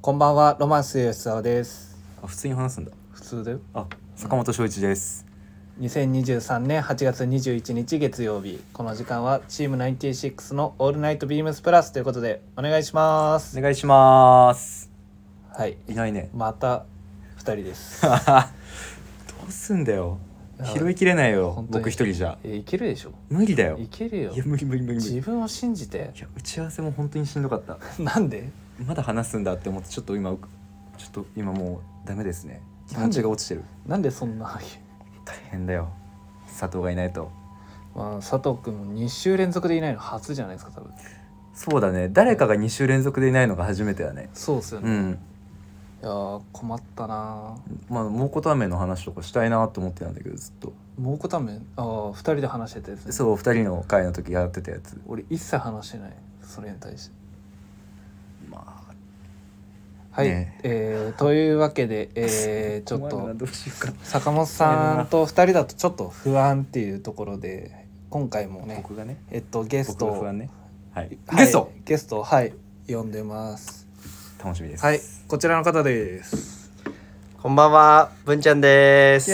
こんばんは、ロマンス吉沢です。あ普通に話すんだ普通だよ。あ坂本翔一です2023年8月21日月曜日、この時間はチーム96のオールナイトビームスプラスということでお願いします。お願いしますはい、いないねまた二人です。 どうすんだよや拾いきれないよ本当に僕一人じゃえいけるでしょ。無理だよいけるよい。や無理無理無理無理自い分を信じて。や打ち合わせも本当にしんどかったなんで？まだ話すんだって思ってちょっと今うちょっと今もうダメですね気なんで持ちが落ちてるなんでそんな。大変だよ佐藤がいないとまあ佐藤君も二週連続でいないの初じゃないですか多分。そうだね誰かが2週連続でいないのが初めてだねそうですようね。んいやー困ったなー。まあ蒙古タンメンの話とかしたいなと思ってたんだけどずっと蒙古タンメンああ二人で話してたやつね、そうお二人の会の時やってたやつ俺一切話してないそれに対してまあはい、ねえーというわけで、 えーちょっ困るなとどうしようか坂本さんと二人だとちょっと不安っていうところで今回もね僕がねえっとゲス僕トがを不安ねはいはいゲストゲストをはい呼んでます楽しみですはいこちらの方ですこんばんは、文ちゃんです。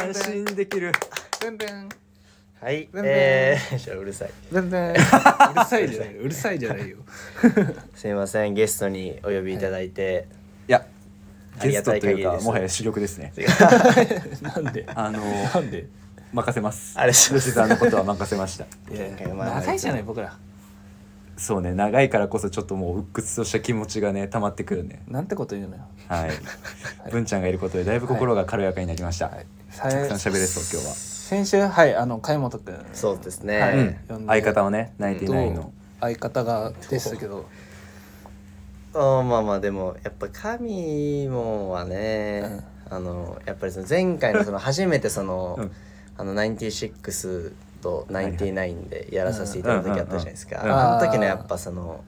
ー安心できる全然はい、ブンブンえー、 じゃあうるさい。全然うるさいじゃないうるさいじゃ ないよすいません、ゲストにお呼びいただいて。いやあゲりストがたといいう限りかですもはや主力ですねなんであのなんで任せますあれ、すいま吉せん沢のことは任せましたいやなんかまあ長いじゃない僕らそうね長いからこそちょっともう鬱屈とした気持ちがね溜まってくるねなんてこと言うのよはい文ちゃんがいることでだいぶ心が軽やかになりましたさたくさん喋れそう今日は先週はいあの貝本くんそうですはういね。呼んんで相方をねナインティナインとの相方がでしたけどおまあまあ、でも、やっぱ神もはね、あの、やっぱりその前回のその初めてその、うんあの、ナインティシックスとナインティナインでやらさせていただいた時あったじゃないですか。うんうんうんあの時のやっぱその。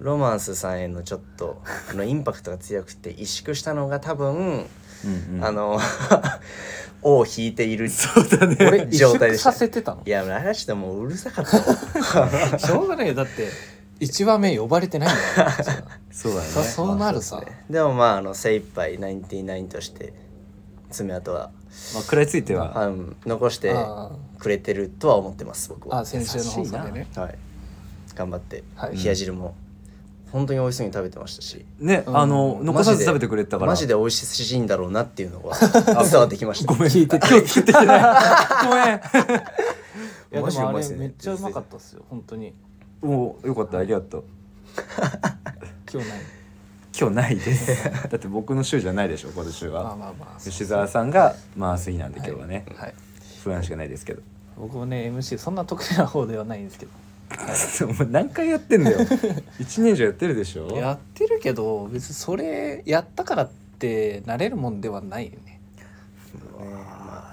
ロマンスさんへのちょっとあのインパクトが強くて萎縮したのが多分うんうんあの 尾を引いているそうだね俺状一縮態でしたさせてたのいやあれはちょっともううるさかった わ しょうがないよだって1話目呼ばれてないんだからさそうだねそそうなるさでもまああの精一杯ナインティナインとして爪痕は、まあ、食らいついてあはの残してあくれてるとは思ってます僕あはあ先週の放送でねはい頑張って、はい冷や汁も本当に美味しそうに食べてましたしね、うんあの残さマずジで食べてくれてたからマジで美味しいんだろうなっていうの は伝わってきましごためん聞いてて今日聞いてないごいやマでジでうもあまいっれすねめっちゃうまかったっすよ本当にめんもうよかったありがとう今日ない今日ないです だって僕の週じゃないでしょ今週まあはまあまあ吉沢さんがまあ杉なんで今日はね、はい不安しかないですけど 僕もね MC そんな得意な方ではないんですけどお前何回やってんだよ一年以上やってるでしょやってるけど別にそれやったからってなれるもんではないよね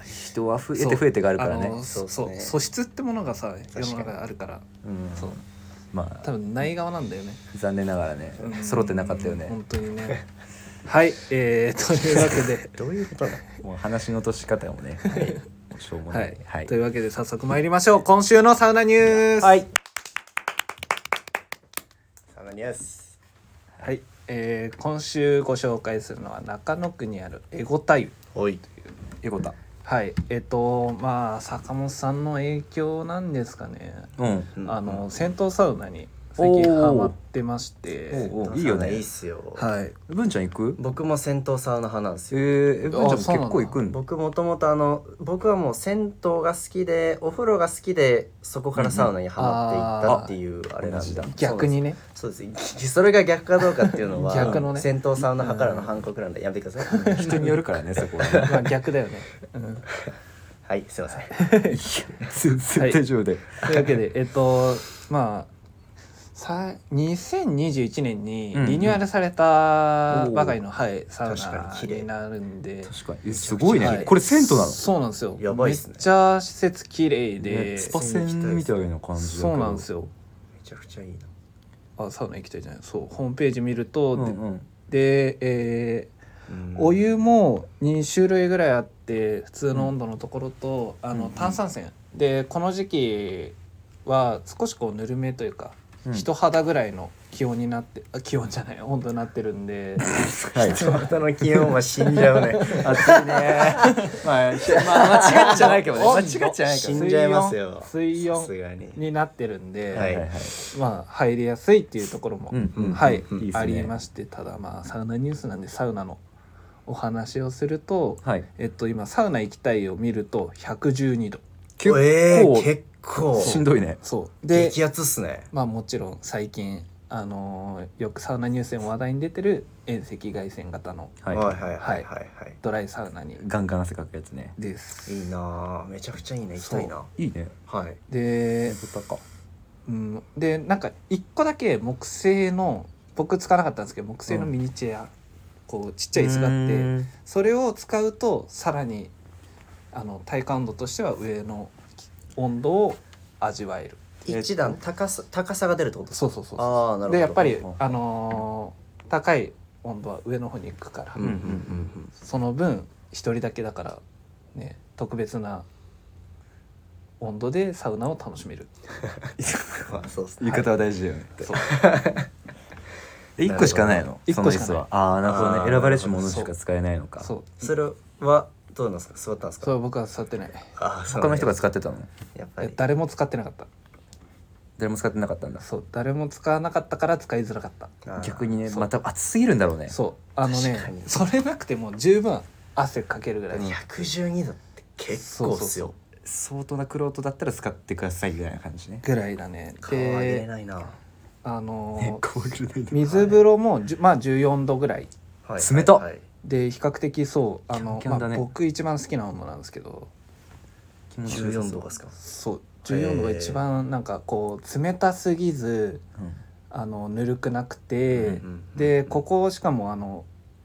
人は増えて増えてがあるからねそうのそうっすそうね素質ってものがさ世にの中にあるからうんそうま多あ分ない側なんだよね残念ながらねうん揃ってなかったよね本当にねはいえー、というわけでどういうことなのもう話の落とし方もね、はい、しょうもはないい、、はいというわけで早速参りましょう今週のサウナニュースはい、サナニアスはいえー今週ご紹介するのは中野区にあるエゴタ湯おいよかったはいえっ、とまあ坂本さんの影響なんですかね、うんうんあの銭湯サウナに最近ハマってましておういいよねいいっすよ、はい文ちゃん行く僕も銭湯サウナ派なんですよえー、え文ちゃんも結そうなんだ構行くんだ僕もともとあの僕はもう銭湯が好きでお風呂が好きでそこからサウナにはまっていったっていうあれなんだ同じ逆にねそうですぎそれが逆かどうかっていうのは逆のね銭湯サウナ派からの反抗なんでやめてください人によるからねそこは ねまあ逆だよね、うんはいすいません全然大丈夫で、というわけでえっとまあさ2021年にリニューアルされたばかりの、はい、サウ確ナかに綺麗になるんで確かにえすごいね、はいこれ銭湯なの、そうなんですよやばいっすねめっちゃ施設綺麗で、ね、スパ銭みたいな感じだけどそうなんですよめちゃくちゃいいなあサウナ行きたいじゃないそうホームページ見ると、うんでうんでえーお湯も2種類ぐらいあって普通の温度のところと、あうんうのん炭酸泉、でこの時期は少しこうぬるめというかうん人肌ぐらいの気温になって、あ気温じゃない温度になってるんではい人型の気温は死んじゃうね暑いね まあ、ひまあ間違っちゃないけどね間違っちゃないけどね死んじゃいますよ水さ温すがにになってるんで、はいまあ入りやすいっていうところも、うんうんはい、うんいいっすねありましてただまあサウナニュースなんでサウナのお話をすると、はいえっと今サウナ行きたいを見ると112度結構、えー結構しんどいねそうで激アツっすねまあもちろん最近あのーよくサウナニュースでも話題に出てる遠赤外線型のはい、はいはいはいはいはいドライサウナにガンガン汗かくやつねです。いいなあめちゃくちゃいいな行きたいな。いいねはい。で、豚かうん、でなんか一個だけ木製の僕使わなかったんですけど木製のミニチュア、こうちっちゃい椅子があって。それを使うとさらにあの体感温度としては上の温度を味わえるえっと一段高さ高さが出るってことですそうそうそうか。そああなるうほど。でやっぱりうんあのー高い温度は上の方に行くから、うんうんうんその分一人だけだからね特別な温度でサウナを楽しめるうん。まあそうっす言いね。方は大事だよねそうえ一個しかないの一そ個のし椅かない子はああなるほどあねー選ばれし者しか使えないのかそうそれはどうなんですか座ったんですそか。れ僕は座ってないああそう他の人がっ使ってたのやっぱえり。誰も使ってなかった誰も使ってなかったんだそう誰も使わなかったから使いづらかったあー逆にねそうまた暑すぎるんだろうねそうあのね確かにそれなくても十分汗かけるぐらい百十二度って結構っすよ。相当なクロートだったら使ってくださいぐらいな感じ ねぐらいだね顔は入れでないな。あのーね怖くないな水風呂もじゅ、まあ、14度ぐらいはい冷たっはいで比較的そうあの、キャンキャンだねまあ、僕一番好きな温度なんですけど気持ちよさ十そう四度がですか。そう14度が一番なんかこう冷たすぎずうんあのぬるくなくて、うんうんうんでここしかもあの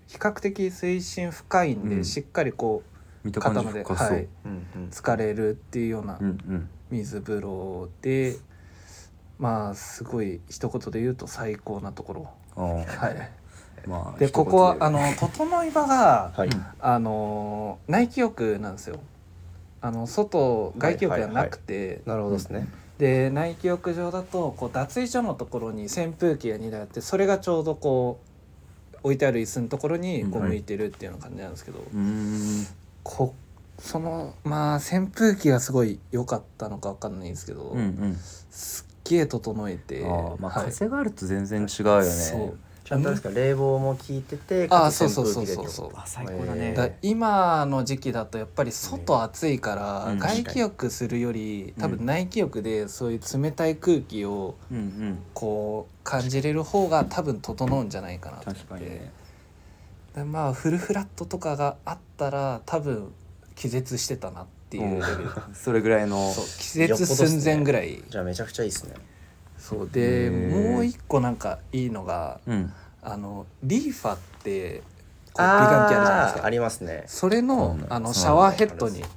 比較的水深深いんで、うんしっかりこミうトコン肩ドまで、リアはそうい、うんうん。疲れるっていうようなうんうん水風呂で、まあすごい一言で言うと最高なところ。あーはいまあでここはあのの整い場が、はい。あの内気浴なんですよあの外外気浴がなくて、なるほどですね。で内気浴場だとこう脱衣所のところに扇風機が2台あってそれがちょうどこう置いてある椅子のところにこううんはい向いてるっていうような感じなんですけど、うーんこそのまあ扇風機がすごい良かったのか分かんないんですけど、うんうんすっげえ整えてあーまあはい風があると全然違うよそうねちゃんとあれですか冷房も効いてて。あーかつそうそうそう扇風機そでうそうあ最高だねだ今の時期だとやっぱり外暑いからうん外気浴するよりうん多分内気浴でそういう冷たい空気をうんうんこう感じれる方が多分整うんじゃないかなと思確っかにてねでまあフルフラットとかがあったら多分気絶してたなっていうレベルうんそれぐらいのそう気絶寸前ぐらいじゃあめちゃくちゃいいですね。そうでへーもう一個なんかいいのがうんあのリーファってこう美顔器あるじゃないですあーあかりますね。それのうんあのそうシャワーヘッドになって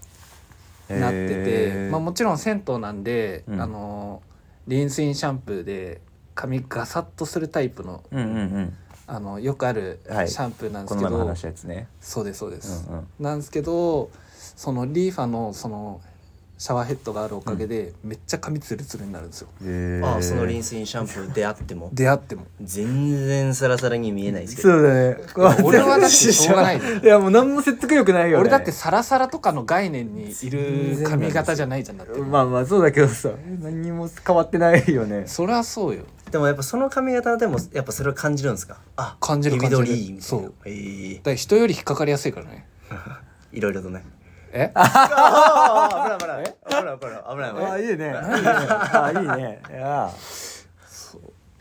へて、ーまあ、もちろん銭湯なんで、うんあのリンスインシャンプーで髪ガサッとするタイプのうんうんあのよくあるシはいャンプーなうんんでこすのけ前ど、の話したやつねそうですそうです、うんうんなんですけどそのリーファのそのシャワーヘッドがあるおかげで、めっちゃ髪ツルツルになるんですよへーあーそのリンスインシャンプーであっても出会っても全然サラサラに見えないですけど。そうだね俺はだってしょうがないいやもう何も説得力ないよ、ね、俺だってサラサラとかの概念にいる髪型じゃないじゃんだってまあまあそうだけどさ何にも変わってないよねそりゃそうよでもやっぱその髪型でもやっぱそれを感じるんですかあ感じる感じる緑みたいなそうえーだから人より引っかかりやすいからねいろいろとねえあ危ない危ない危ない危ない危ないあいいねあいいねいや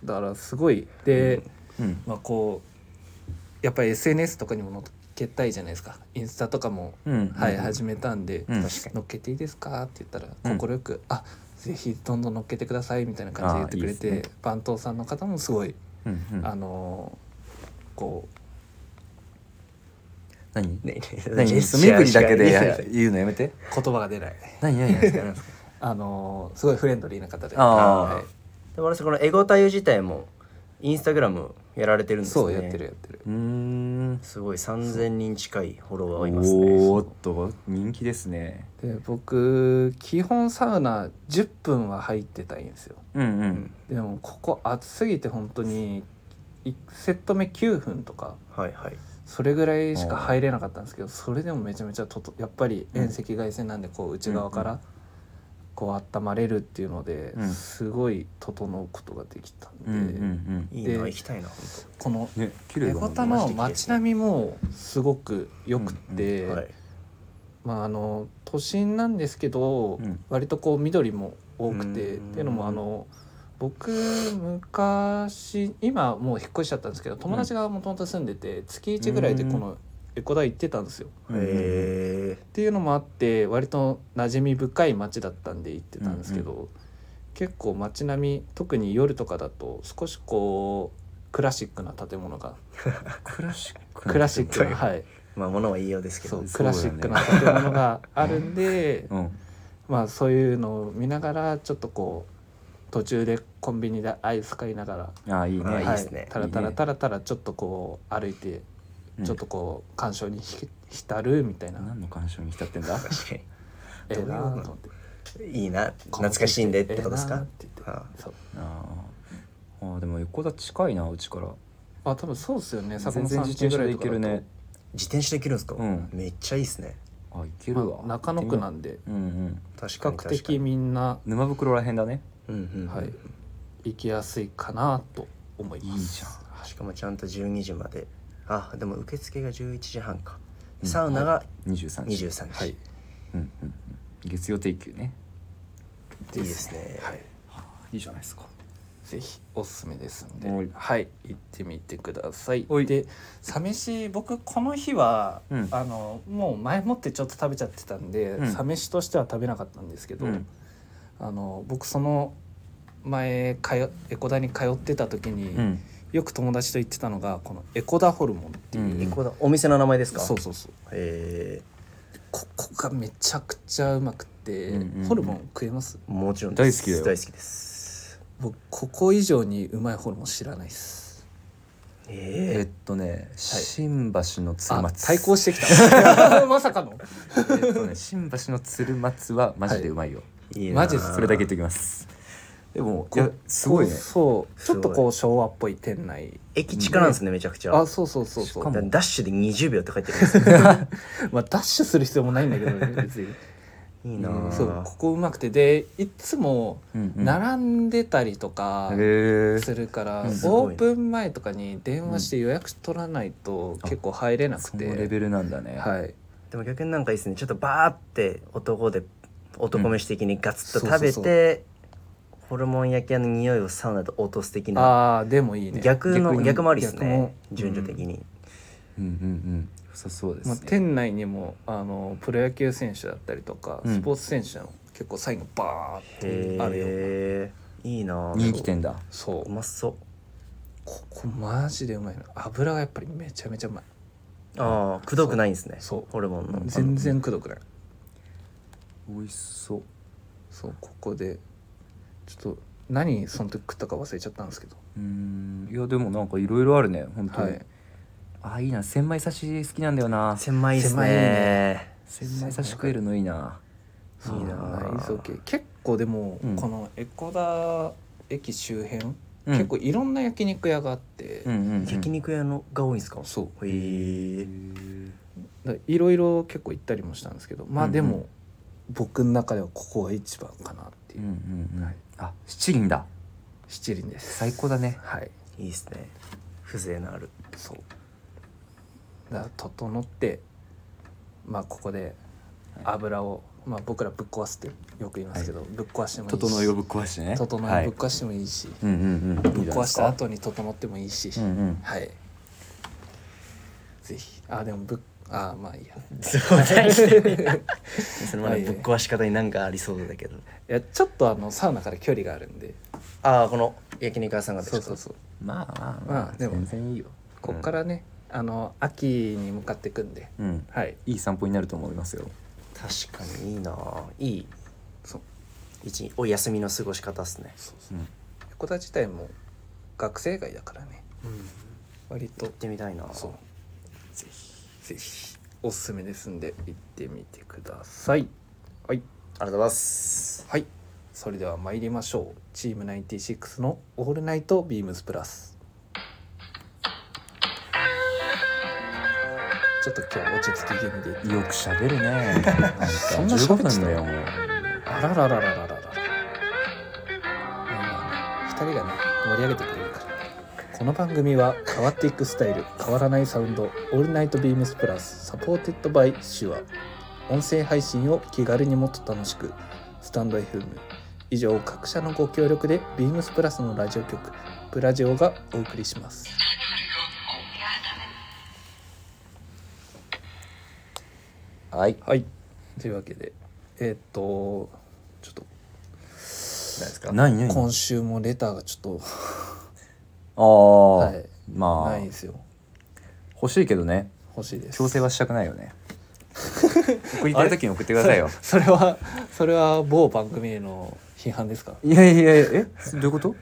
だからすごいで、うんまあ、こうやっぱり SNS とかにも載っけたいじゃないですかインスタとかも、うんはい、うん始めたんで「うん確かに載っけていいですか?」って言ったらうん快く「あぜひどんどん載っけてください」みたいな感じで言ってくれてあーいいです番頭さんの方もすごい、うんうんあのーこう何ね何ジェスチ身ャー振りだけしか言えなでい言うのやめて言葉が出ない、何何何あのーすごいフレンドリーな方で、あーはいでも私このエゴタユ自体もインスタグラムやられてるんですねそうやってるやってるうーんすごい3000人近いフォロワーいますねおーっと人気ですねで僕基本サウナ10分は入ってたいんですようんううんんでもここ暑すぎて本当に1セット目9分とかはいはいそれぐらいしか入れなかったんですけどそれでもめちゃめちゃととやっぱり遠赤外線なんでこう内側かうんらこう温まれるっていうのでうんすごい整うことができたうんうんんで、うんいいなで行きたいな本このね綺麗エだもゴんタねの街並みもすごく良くて、当はいまああの都心なんですけど、うん割とこう緑も多くてっうんていうのもあの僕昔今もう引っ越しちゃったんですけど友達がもともと住んでて月1ぐらいでこのエコダ行ってたんですよ。うんうんうんへえっていうのもあって割と馴染み深い街だったんで行ってたんですけど、結構街並み特に夜とかだと少しこうクラシックな建物がクラシッククラシック建 な物はいまあ物はいいようですけそどうそうクラシックな建物があるんで、うんまあそういうのを見ながらちょっとこう途中でコンビニでアイス買いながら、あーいいねあーいいはでいすねたらたらたらたらちょっとこう歩いて、うんちょっとこう鑑賞にひ浸るみたいな何の鑑賞に浸ってんだ確かにええどういうなことと思っていいな懐かしいんでってことですええなかっ、て言ってあそうあーあーでも横田近いなうちからあ多分そうですよね坂全本然さん自家ぐ転車らでい行とかけるね自転車で行けるんですか、うんめっちゃいいですねあ行けだとるわまあ中野区なんでうんうん確比かに較確かに的みんな沼袋らへんだねうんうんうん、はい行きやすいかなと思いますいいじゃんしかもちゃんと12時まであでも受付が11時半か、うんサウナが23時23時、、はいいいうんうんうん月曜定休ねですねはいい、いじゃないですかぜひおすすめですので、はいはい、行ってみてくださいはい。で、サ飯僕この日は、うんあのもう前もってちょっと食べちゃってたんで、うんサ飯としては食べなかったんですけど、うんあの僕その前かよエコダに通ってた時に、うんよく友達と行ってたのがこのエコダホルモンっていう、うんここだお店の名前ですかそうそうそうえここがめちゃくちゃうまくて、うんうんうんホルモン食えますー、もちろんです大好きだよ大好きです僕ここ以上にうまいホルモン知らないですええっとね新橋の鶴あ松対抗してきた まさかのえっとね 新橋の鶴松はマジでうまいよー、いいなマジっすそれだけ言っときますでもいこやすごいねそうちすょごっいとこう昭和っぽい店内駅近なんですねめちゃくちゃあそうそうそうそしかうもだからダッシュで20秒って書いてあるんですねまあダッシュする必要もないんだけどね別にいいなーそうここうまくてでいつもうんうん並んでたりとかへするから、うんオすごいープン前とかに電話して予約取らないと結構入れなえくそて、のレベルなんだねはいでも逆になんかいいですねちょっとバーって男で男飯的にガツッとうん食べそうて、ホルモン焼き屋の匂いをサウナで落とす的なああでもいいね逆の逆逆にもありです逆もね順序的に、うんうんうん良さそうでまあ、すね店内にもあのプロ野球選手だったりとか、うんスポーツ選手の結構サインがバーへッえとあるようなないいなあ人気店だそううまそうここマジでうまいの油がやっぱりめちゃめちゃうまいああくどくないんですねそうホルモンの全然くどくない美味しそうそうここでちょっと何その時食ったか忘れちゃったんですけどうーんいやでもなんかいろいろあるね本当はに、いあいいな千枚刺し好きなんだよな狭いです狭いねね千枚刺し食えるのいいなそういいなあ内臓系結構でも、うんこの江古田駅周辺、うん結構いろんな焼肉屋があって、うんうん、うん、焼肉屋のが多いんですかそうへえだからいろいろ結構行ったりもしたんですけどまうあんうんでも、僕の中ではここが一番かなっていうう、んうんうん、あ七輪だ七輪です最高だねはいいいですね風情のあるそうだから整ってまあここで油を、まあ僕らぶっ壊すってよく言いますけど、ぶっ壊してもいいし整いをぶっ壊してね整はいいぶっ壊してもいいし、うんうんうんいいぶんっじゃない壊でしすたか後に整ってもいいし、うんうんはいぜひあでもぶっあまあいいや そう大してそのまだはいぶっ壊し方になんかありそうだけどいやちょっとあのサウナから距離があるんでああこの焼肉屋さんがですそうかそうそうまあまあままああでも全然いいよこっからね、あの秋に向かっていくんでうんはいいい散歩になると思いますよ確かにいいなあいいそう一日お休みの過ごし方っすねそうそううん横田自体も学生街だからね割行とってみたいなそうぜひぜひおすすめですんで行ってみてくださいはいありがとうございますはいそれでは参りましょうチーム96の「オールナイトビームスプラス」ちょっと今日落ち着き気味でよく喋るねなんか そんな15喋ってた分だよもうあららららららららまあね2人がね盛り上げてくれるからこの番組は変わっていくスタイル変わらないサウンド「オールナイトビームスプラス」サポーテッドバイシュア音声配信を気軽にもっと楽しくスタンド FM 以上各社のご協力でビームスプラスのラジオ局「プラジオ」がお送りしますはいはいというわけでえーっとちょっと何ですか何何今週もレターがちょっああ、はいとまないんであすよ欲しいけどね欲しいです強制はしたくないよ ね送りたい時に送ってくださいよそれはそれは某番組への批判ですかいやいやいやえどういう こと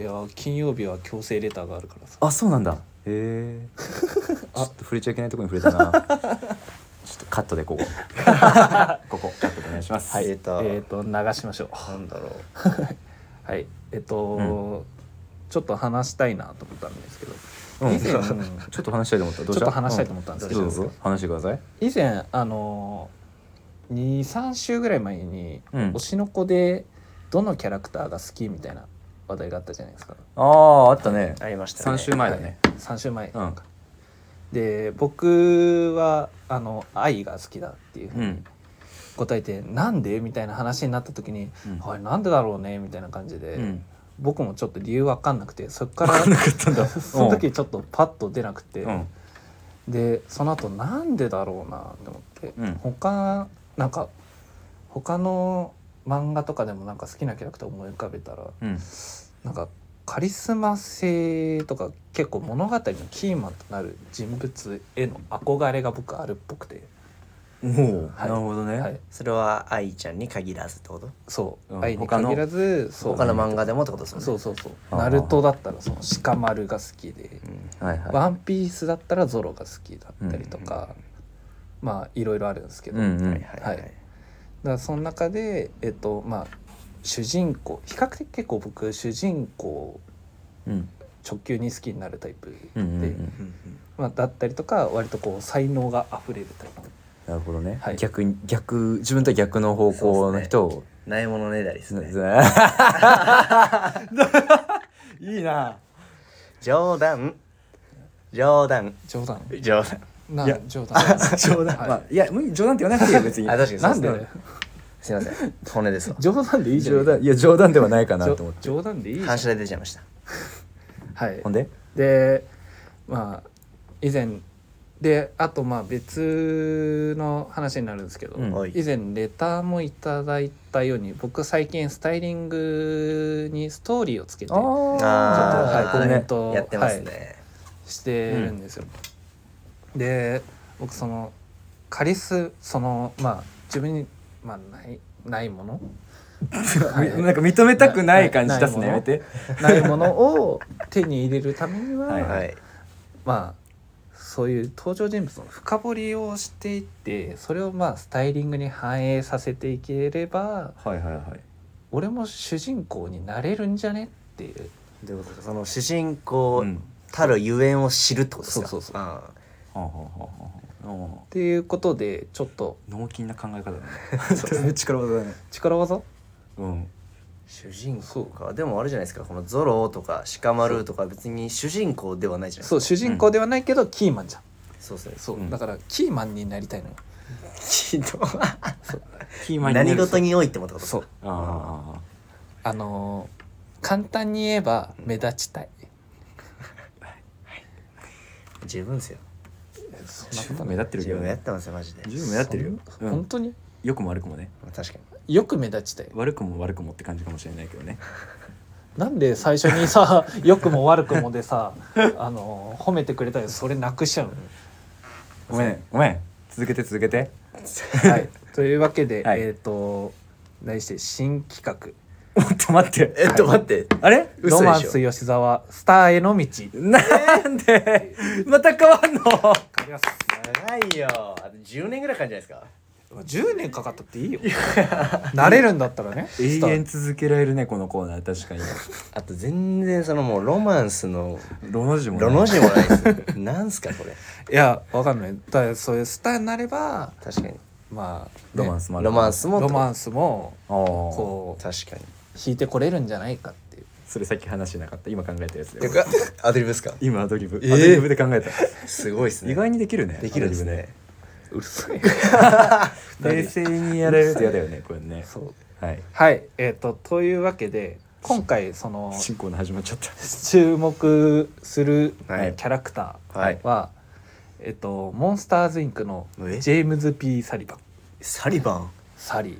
いや金曜日は強制レターがあるからさあそうなんだへえ ちょっと触れちゃいけないところに触れたなちょっとカットで ここここカットでお願いしますえっと、えっ、と流しましょうなんだろう はいえっ、と、うちょっと話したいなと思ったんですけどうん、以前ちょっと話したいと思ったどうしたちょっと話したいと思ったんですけどうぞうぞ話してください以前あの23週ぐらい前に、うん推しの子でどのキャラクターが好きみたいな話題があったじゃないですかあああったねありましたね三週前だね、はい、3週前うんで僕はあの愛が好きだっていうふううにん答えて「なんで?」みたいな話になった時にうん「はいなんでだろうね」みたいな感じで、うん僕もちょっと理由わかんなくてそっからなかったん だその時ちょっとパッと出なくて、うんでその後なんでだろうなと思って、うん他なんか他の漫画とかでもなんか好きなキャラクター思い浮かべたらうんなんかカリスマ性とか結構物語のキーマンとなる人物への憧れが僕あるっぽくて、おお、はいなるほどね、はい、それは愛ちゃんに限らずってことそう、うん愛に限らずそう他の漫画でもってことですよねそうそうそう「あーナルト」だったらその鹿丸が好きでうんはい「はワンピース」だったらゾロが好きだったりとか、まあいろいろあるんですけいど、うだかんうはいんはいはい、はいらその中でえっとまあ主人公比較的結構僕主人公うん直球に好きになるタイプで、うんうんうんうんうんまあ、だったりとか割とこう才能が溢れるタイプなるほどね、はい逆に逆自分とは逆の方向の人をないものねだりです ねいいな冗談冗談冗談冗談ないや冗談 冗談、はい まあいや無理冗談って言わなくていいよ 別にあ確かになんそうでですねすいません骨ですわ冗談でいいじゃん冗談いや冗談ではないかなと思って冗談でいいじゃん反射で出ちゃいましたはいほんででまあ以前であとまあ別の話になるんですけど、うんはい以前レターもいただいたように僕最近スタイリングにストーリーをつけてああーーこれえっねとやってますね、してるんですよ。で僕そのカリスそのまあ自分に、まあ、ないないも のはいなんか認めたくない感じ出すのなやめてないものを手に入れるためには、はいはいまあそういう登場人物の深掘りをしていってそれをまあスタイリングに反映させていければはいはいはい俺も主人公になれるんじゃねっていうどういうことですかその主人公うんたるゆえんを知るってことですかそうそうそうあはあはあはあはあっていうことでちょっと脳筋な考え方だね力技だね力技うんー主人公かでもあれじゃないですかこのゾロとか鹿丸とか別に主人公ではないじゃないそうです主か人公ではないけどキーマンじゃん、そうそうですそう、うんだからキーマンになりたいのよひどいキーマンになる何事においてもってことですそかうああのー簡単に言えば目立ちたい、十分ですよそあ十分目立ってるけ十ど分やっねてますよマジで十分目立ってるよそんう本ん当に良くも悪くもね確かよく目立ちたい悪くも悪くもって感じかもしれないけ どねなんで最初に さ良くも悪くもでさあの褒めてくれたりそれなくしちゃうのごめんごめん続けて続けてはいというわけで、はいえっ、と題して新企画もっと待ってえっと待ってあれ嘘でしょロマンス吉沢スターへの道あなんでまた変わんのりま長いよあと10年ぐらいかかるんじゃないですかす10年かかったっていいよ慣れるんだったらね永スター遠続けられるねこのコーナー確かにあと全然そのもうロマンスのロの字も、ね、ロの字もない ですなんすかこれいやわかんないだからそういうスターになれば確かにまあね、ロマンスもあるロマンスもロマンスもあーこう確かに引いてこれるんじゃないかっていうそれさっき話しなかった今考えたやつてでかアドリブですか今アドリブ、えーアドリブで考えたすごいですね意外にできるねできるんですねうるさい冷静にやられると嫌だよねこれねそうはいはいえっ、とというわけで今回その進行の始まっちゃった注目するキはいャラクタはいーは、えっ、とモンスターズインクのえジェームズ・ P ・サリバンサリバンサリー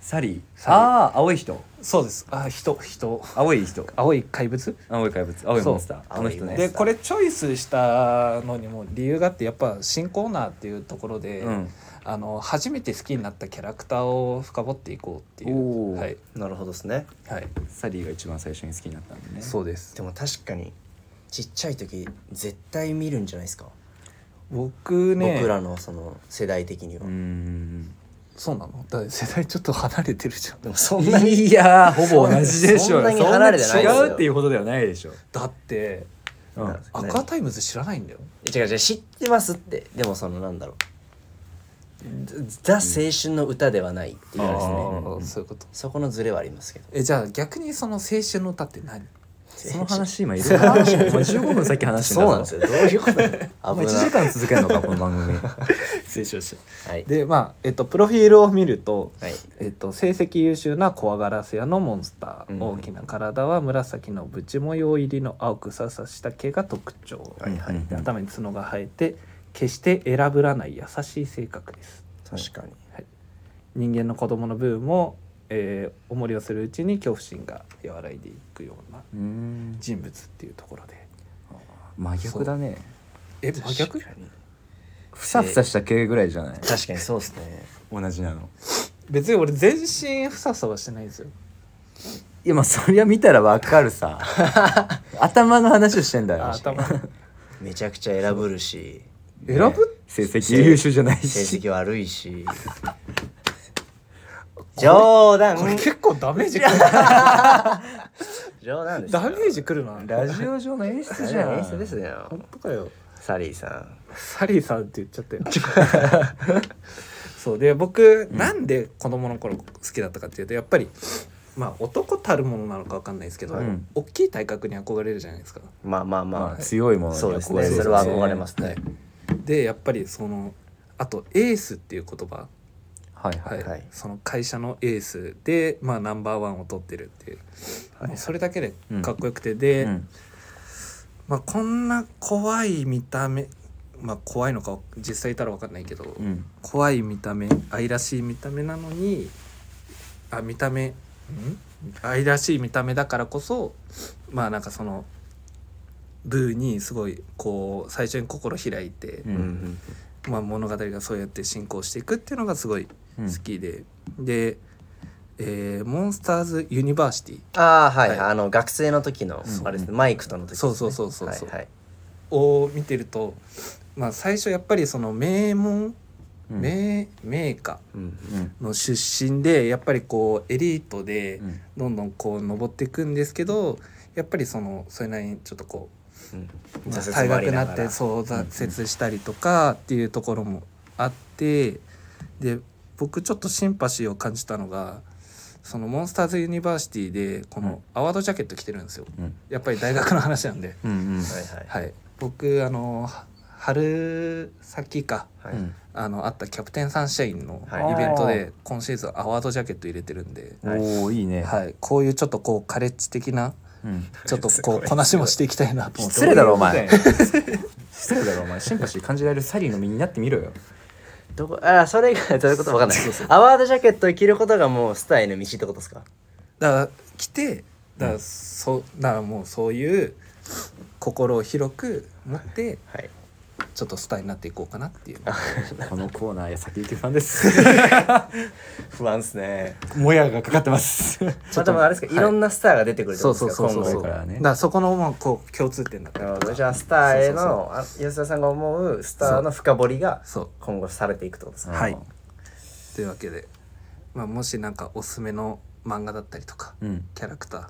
サリーサリーああ青い人そうですあ人人青い人青い怪物青い怪物青いモンスターそうあの人ね青いモンでスターこれチョイスしたのにも理由があってやっぱ新コーナーっていうところで、うんあの初めて好きになったキャラクターを深掘っていこうっていおうーはいなるほどですねはいサリーが一番最初に好きになったんでねそうですでも確かにちっちゃい時絶対見るんじゃないですか、僕ね僕らのその世代的には、うーんそうなのだって世代ちょっと離れてるじゃんでもそんなにいやーほぼ同じでしょそんなに離れてないですよそん違うっていうほどではないでしょだってうんなんアクアタイムズ知らないんだよ違う違う知ってますってでもそのなんだろうザ青春の歌ではないってういうかですねんあーそういうことそこのズレはありますけどえじゃあ逆にその青春の歌って何その話今いろいろ話してるお前15分さっき話してそうなんですよよどういう ことなのお危前1時ない、間続けるのかこの番組青春しはい、でまあえっとプロフィールを見ると、はいえっと、成績優秀なコアガラス屋のモンスター、うん大きな体は紫のブチ模様入りの青くささした毛が特徴、はいはいうんで頭に角が生えて決して選ぶらない優しい性格です確かに人間の子供の部分も、えー、重りをするうちに恐怖心が和らいでいくようなうーん人物っていうところで真逆だねえ真逆確かにふさふさした系ぐらいじゃない確かにそうですね同じなの別に俺全身ふさふさはしてないんですよいやまあそりゃ見たらわかるさ頭の話をしてんだよあ頭 めちゃくちゃ選ぶるし選ぶ成績優秀じゃない成し績悪い し冗談これ結構ダメージくる冗談ですよダメージくるなラジオ上の演出じじゃんゃあ演出ですよ本当かよサリーさんサリーさんって言っちゃったよ そうで僕、なんで子供の頃好きだったかっていうとやっぱりまあ男たるものなのかわかんないですけど、うん大きい体格に憧れるじゃないですかまあまあままああ強いものにそうです憧ねれるそれは憧れますはねいでやっぱりそのあとエースっていう言葉、はいははいいはいその会社のエースで、まあ、ナンバーワンを取ってるっていう、もうそれだけでかっこよくて、で、うんまあ、こんな怖い見た目まあ怖いのか実際いたらわかんないけど、うん怖い見た目愛らしい見た目なのにあ見た目ん愛らしい見た目だからこそまあなんかそのブーにすごいこう最初に心開いて、ううんんまあ、物語がそうやって進行していくっていうのがすごいうん好きで、で、えーモンスターズ・ユニバーシティああはい、はいあの学生の時のうんあれですねマイクとの時ですねそうそうそうそうそうはいはいを見てると、まあ、最初やっぱりその名門、うん名名家うんうんの出身でやっぱりこうエリートで。うんどんどんこう登っていくんですけどやっぱりそのそれなりにちょっとこううん退学になってうそう挫折したりとかっていうところもあってで僕ちょっとシンパシーを感じたのがそのモンスターズ・ユニバーシティでこうんのアワードジャケット着てるんですようんやっぱり大学の話なんでうんうんはいははい僕あのは春先かいはいあのあったキャプテンサンシャインのはいイベントで今シーズンアワードジャケット入れてるんで、うんおおいいねはい、こういうちょっとこうカレッジ的なうんちょっとこうこなしもしていきたいなと思って失礼だろお前失礼だろお前シンパシー感じられるサリーの身になってみろよどこああそれ以 外どういうことわかんないアワードジャケットを着ることがもうスタイルの道ってことですかだから来てだからそうだからもうそういう心を広く持ってはいちょっとスターになっていこうかなっていう このコーナー先行きファンです不安ですね。 もやがかかって ますまあでもあれですか、い、ろんなスターが出てくるってそこうとそうですそかうそうそうこれ今後からねだからそこのまあこう共通点だったなりるほとどかじゃあスターへそうのあ安田さんが思うスターの深掘りがそう今後されていくってことですかはいというわけで、まあ、もしなんかおすすめの漫画だったりとか、うんキャラクター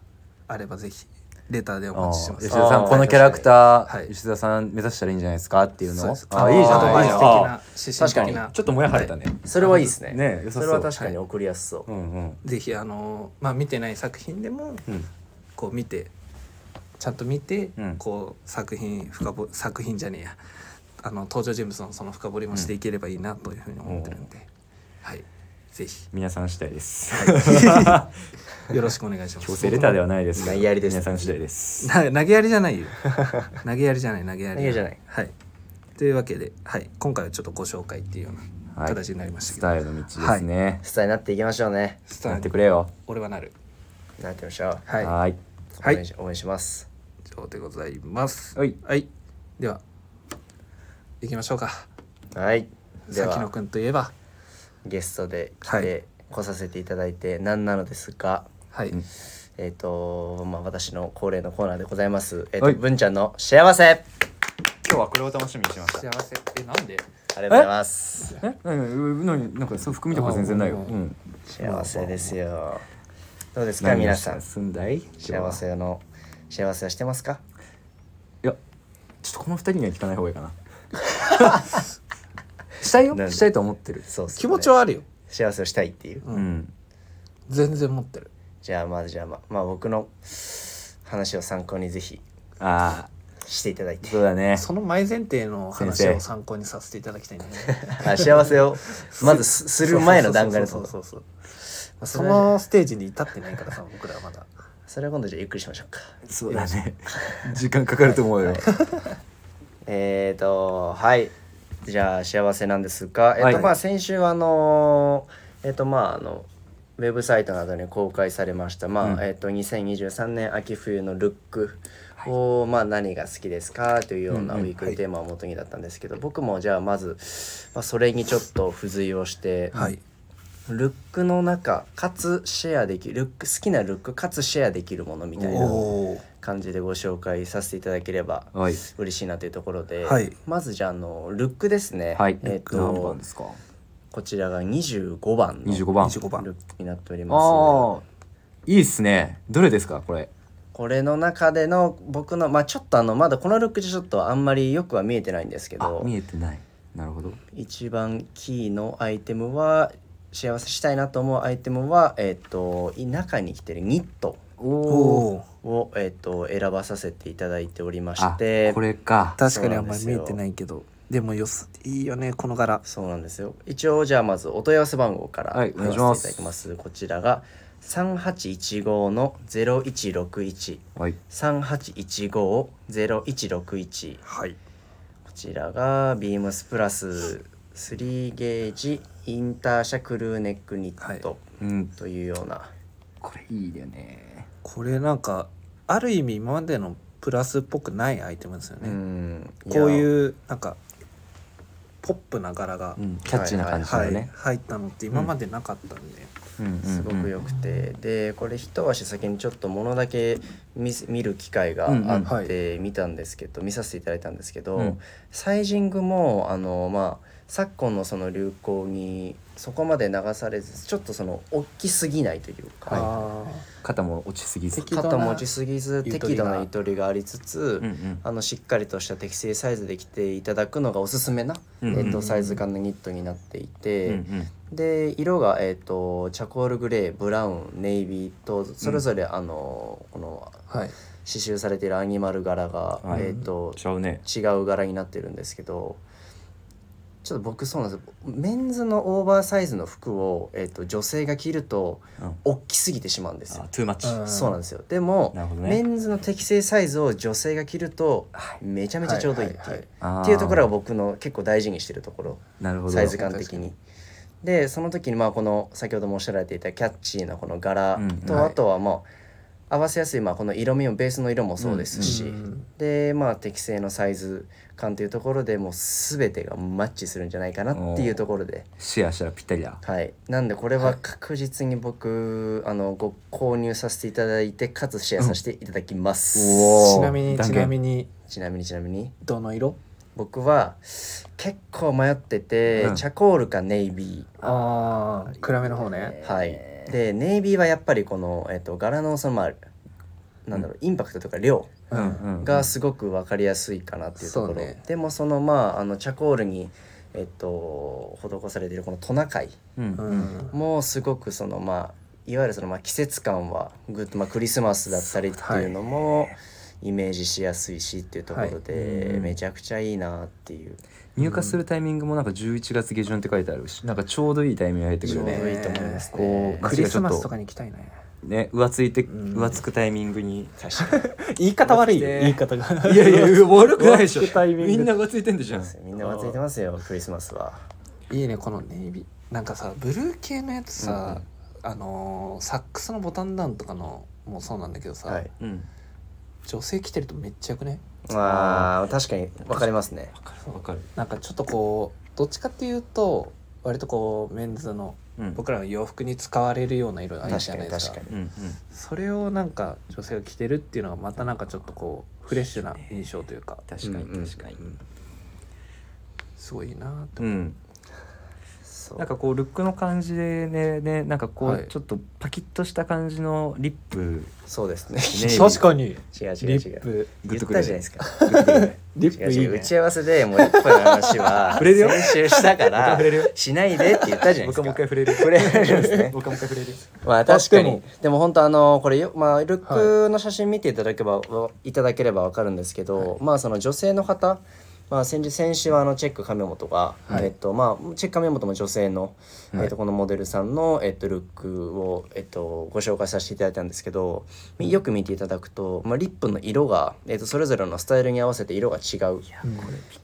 あればぜひレターでおあ待ちしてーま吉す田さあんーこのキャラクタはいー吉田さん目指したらいいんじゃないですかっていうそうのでをすあーいいじゃないアいいじドゃんバイス的あな指確か針に的ーなちょっともや晴れたねそれはいいですねね良さそそうれは確かに送りやすそうう、んうんぜひあのーまあ見てない作品でもうんこう見てちゃんと見て、うんこう作品深掘作品じゃねえやあの登場人物のその深掘りもしていければいいなというふうに思ってるんで、はいぜひ皆さん次第ですよろしくお願いします 強制レターではないですが投げやりです皆さん次第ですな投げやりじゃ ないよ投げやりじゃない投げやり投げやりじゃないはいというわけで、はい、今回はちょっとご紹介っていうようなはい形になりましたスけど、ターへの道ですねスターになっていきましょうねスタやっーてにくれよ俺はなるなってみましょうはいはーいはい応援し応援します以上でございますはいでは行きましょうかはいでさきのはくんといえばゲストでは来いて来させていただいて何なのですが、はい、うんえっ、とまあ私の恒例のコーナーでございますえっ、はいと文ちゃんの幸せあり今日はこれを楽しみにしました幸せえなんでがとうございますえ何何なんかその含みとか全然ないよあーうん幸せですよどうですか何皆をしさんすんだい幸せの幸せはしてますかいやちょっとこの二人には聞かない方がいいかな したいよなんでしたいと思ってるそうっすね気持ちはあるよ幸せをしたいっていううん全然持ってるじゃあまずじゃあまあ、まあ、僕の話を参考にぜひあしていただい てあそうだねその前前提の話先を生参考にさせていただき たいんでねあ幸せをまずすする前の段階でそうそうそそうそうそのステージに至ってないからさ僕らはまだれは今度じゃあゆっくりしましょうかそうだね 時間かかると思うよえーとはいじゃあ幸せなんですが、えっとはいまあ、先週あのーえっとまああのウェブサイトなどに公開されました、まあうんえっと2023年秋冬のルックを、まあ、何が好きですかというようなうウんうんィークリーテーマを元にだったんですけど、僕もじゃあまず、まあ、それにちょっと付随をして、はいルックの中かつシェアできるルック好きなルックかつシェアできるものみたいなおー感じでご紹介させていただければはい嬉しいなというところで、はいまずじゃああのルックですね、はいえっ何と番ですかこちらが25番の25番25番ルックになっておりますああいいっすねどれですかこれこれの中での僕のまあちょっとあのまだこのルックじゃちょっとあんまりよくは見えてないんですけあど見えてないなるほど一番キーのアイテムは幸せしたいなと思うアイテムはえっ、とい中に着てるニットおーを、えっと選ばさせていただいておりましあてこれか確かにあんまり見えてないけどでもよすいいよねこの柄そうなんですよ一応じゃあまずお問い合わせ番号からはい言わせていただきます,、こちらが3815の0161はい3815 0161はいこちらがビームスプラス3ゲージインターシャクルーネックニッはトうんというような、これいいよねこれなんかある意味今までのプラスっぽくないアイテムですようね、んこうういうなんかポップな柄が、うんキャッチーな感じだはよい、ね入ったのって今までなかったんで、すごくよくてでこれ一足先にちょっとものだけ見せ見る機会がうんうんあって見たんですけど見させていただいたんですけど、うんサイジングもあのまあ昨今のその流行にそこまで流されずちょっとその大きすぎないというか、あ肩も落ちすぎず適度な肩持ちすぎずゆとりが適度なゆとりがありつつ、うんうんあのしっかりとした適正サイズで着ていただくのがおすすめな、うんえっとサイズ感のニットになっていて。うんうんで色が、えー、とチャコールグレーブラウンネイビーとそれぞれ、あのこのーはい刺繍されているアニマル柄が、はいえー、とちゃうね違う柄になってるんですけどちょっと僕そうなんですよメンズのオーバーサイズの服を、えー、と女性が着るとうん大きすぎてしまうんですよあ。トゥーマッチうんそうなんですよでも、なるほどねメンズの適正サイズを女性が着るとめちゃめちゃちょうどいいっていう、はいはいあーっていうところが僕の結構大事にしてるところなるほどサイズ感的に。でその時にまあこの先ほどもおっしゃられていたキャッチーなこの柄うんと、はいあとはまあ合わせやすい、まあ、この色味もベースの色もそうですし、うんでまあ適正のサイズ感というところでもう全てがマッチするんじゃないかなっていうところでシェアしたらぴったりだはいなんでこれは確実に僕、あのご購入させていただいてかつシェアさせていただきます、おーちなみに断ち言なみにちなみにちなみにどの色僕は結構迷ってて、うんチャコールかネイビああ暗めの方ねーはいでネイビーはやっぱりこの、えっと、柄のそのまあなんだろう、インパクトとか量うんうんがすごく分かりやすいかなっていうところ、そうねでもそのまああのチャコールに、えっと、施されているこのトナカイうんううんんもすごくそのまあいわゆるそのまあ季節感はグッと、まあ、クリスマスだったりっていうのもイメージしやすいしっていうところで、はいうんめちゃくちゃいいなっていう入荷するタイミングもなんか11月下旬って書いてあるしなんかちょうどいいタイミングで入ってくちょるうどねいいと思いますこねうクリスマスとかに行きたいねね浮ついてうん浮つくタイミングに確かに言い方悪いね言い方がいやいや悪くないでしょ浮つくタイミングみんな浮ついてんでしょみんな忘れてますよクリスマスは。いいねこのネイビーなんかさブルー系のやつさ、あのーサックスのボタンダウンとかのもそうなんだけどさ、はい、うん女性着てるとめっちゃよくねまあ確かに分かりますね。わかるわかるなんかちょっとこうどっちかっていうと割とこうメンズのうん僕らの洋服に使われるような色ある確じかゃなにいです確かかうんに。うんそれをなんか女性が着てるっていうのがまたなんかちょっとこうフレッシュな印象というか確かうんうんに確かにすごいいいなとうんそうなんかこうルックの感じでねねなんかこはいうちょっとパキッとした感じのリップそうで すね。ネイビーかに違う違うリ違ッう。プグ言ッっとくたるじゃないで すか。グッとくるねリ違ッうプい違いう打ねち合わせでもう一個の話は触れるよ先週したかまたら 触れるよしないでって言ったじゃないです僕か。はもう一回触れる触れるんで すね僕はもう一回触れる まあ確かでにもでも本当あのこれよまあルックの写真見ていただけば、い、ただければわかるんですけど、まあその女性の方まあ先日先週はあのチェック亀本が、えっとまあチェック亀本も女性の、えっとこのモデルさんのえっとルックをえっとご紹介させていただいたんですけど、みよく見ていただくとまあリップの色がえっとそれぞれのスタイルに合わせて色が違う。びっ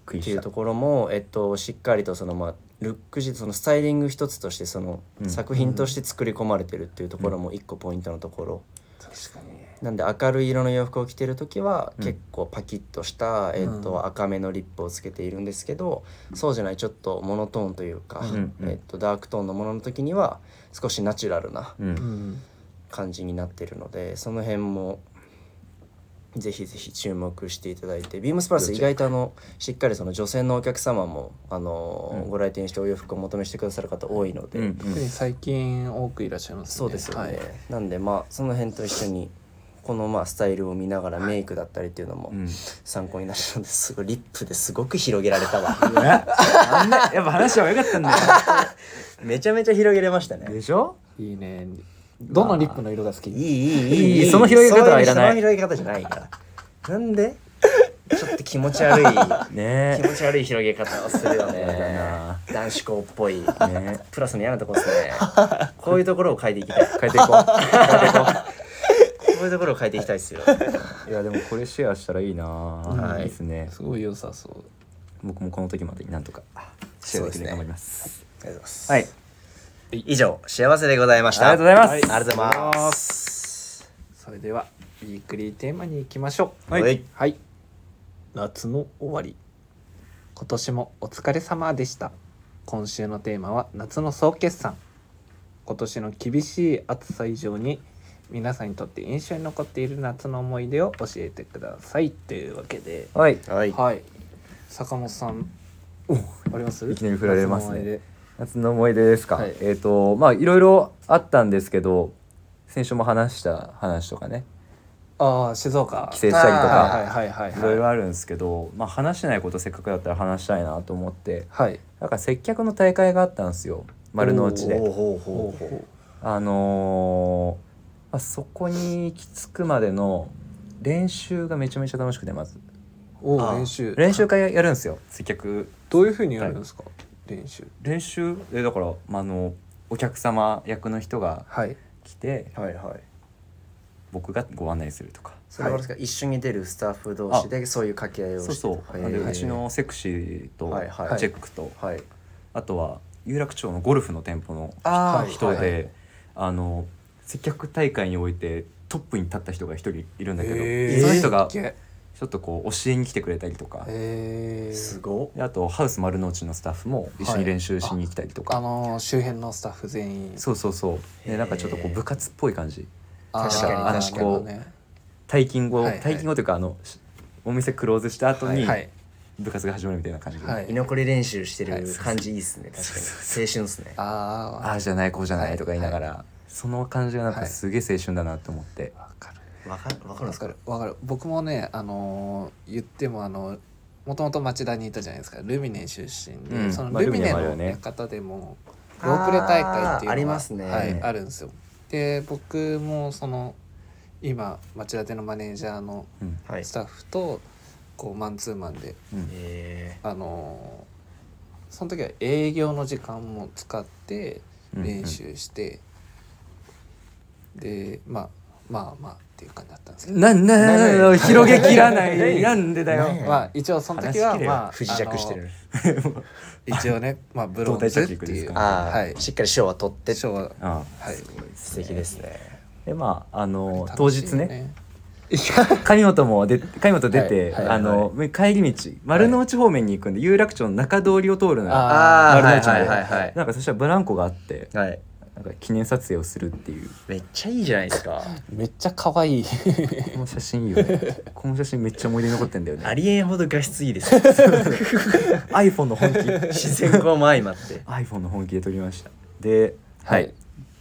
くりっていしうたところも、えっと、しっかりとその、まあ、ルック自そのスタイリング一つとしてその、うん作品として作り込まれてるっていうところも一個ポイントのところ、確かになんで明るい色の洋服を着てる時はうん結構パキッとした、えっうんと、赤めのリップをつけているんですけど、そうじゃないちょっとモノトーンというか、うんうんえっと、ダークトーンのものの時には少しナチュラルなううんん感じになってるのでその辺もぜひぜひ注目していただいてビームスプラス意外とあのしっかりその女性のお客様もあのー、うんご来店してお洋服をお求めしてくださる方多いので、うんうん特に最近多くいらっしゃいますねそうですよね、はいなんでまあその辺と一緒にこのまあスタイルを見ながらメイクだったりっていうのもうん参考になるのですごいリップですごく広げられたわあんなやっぱ話は良かったんだよめちゃめちゃ広げれましたね でしょいいねどのリップの色が好いきいいいいいいいその広げ方はいらないそううその広げ方じゃないからなんでちょっと気持ち悪いね気持ち悪い広げ方をする よねや男子校っぽいえねプラスの嫌なとこです ねこういうところを変えていきたいえ変えていこうこういうところを変えていきたいですよ いやでもこれシェアしたらいいなぁはいいですねすごい良さそう僕もこの時までになんとかシェアできるように頑張りますありがとうございますはい以上幸せでございましたありがとうございますはいありがとうございますそれではウィークリーテーマに行きましょうはいはい夏の終わり今年もお疲れ様でした今週のテーマは夏の総決算今年の厳しい暑さ以上に皆さんにとって印象に残っている夏の思い出を教えてくださいというわけではいはいはい坂本さんありますいきなり振られます夏ねの思い出夏の思い出ですか、はいえっ、とまあいろいろあったんですけど先週も話した話とかねああ静岡帰省したりとあーはいかはいはいはいいろいろはいあるんですけど、まあ、話してないことせっかくだったら話したいなと思ってはいなんか接客の大会があったんですよ丸の内でほうほうほほううほほあのーまあ、そこに行き着くまでの練習がめちゃめちゃ楽しくてまずうおあうー練習練習会やるんですよ接客どういうふうにやるんですか練習練習えだから、まあ、あのお客様役の人がはい来てうはいはい僕がご案内するとかそれはあれですか一緒に出るスタッフ同士でそういう掛け合いをしてそうそう、はいでうちのセクシーとはいはいチェックと、はいあとは有楽町のゴルフの店舗のあー人で、はいあの接客大会においてトップに立った人が一人いるんだけど、えーその人がちえょっとこう教えに来てくれたりとか、えすー、ごであとハウス丸の内のスタッフも一緒に練習しに来たりとか、あのー周辺のスタッフ全員そうそうそうでなんかちょっとこう部活っぽい感じあー確かにあの確かにね退勤後、はいはい退勤後というかあのしお店クローズした後にはい部活が始まるみたいな感じで、はい居残り練習してる感じいいっすね確かに青春っすねあああじゃないこうじゃないとか言いながら、その感じがなんはかいすげえ青春だなと思って、あわかるわかわかるんわですかかるわかる僕もねあのー言ってもあのもともと町田にいたじゃないですかルミネ出身で、うんそまのあルミネルミネもあるよのね館でもロープレ大会っていうのがあーありますねはい、あるんですよで僕もその今町田でのマネージャーのうんはいスタッフとこうマンツーマンでうんえあのーその時は営業の時間も使ってうん練習して、でまあまあまあっていう感じだったんですけど、な、な、な、な、広げきらなえい。なんでだよ。ねうんまあ一応その時話しはきれよまあ不時着してるあの一応ね まあブロンズって胴体着陸でいすうかああ、はいしっかり賞は取って賞はあはい素敵ですねでまああの当楽しい日よね上本もで上本出て、はいあの帰り道丸の内方面に行くんで、有楽町の中通りを通るのよあああ丸はのい内まはで、いはいはいなんかそしたらブランコがあってはいなんか記念撮影をするっていうめっちゃいいじゃないですかめっちゃ可愛い この写真いいよねこの写真めっちゃ思い出に残ってんだよ あねりえんほど画質いいですね iPhone の本気自然光も相まって iPhone の本気で撮りましたではい、はい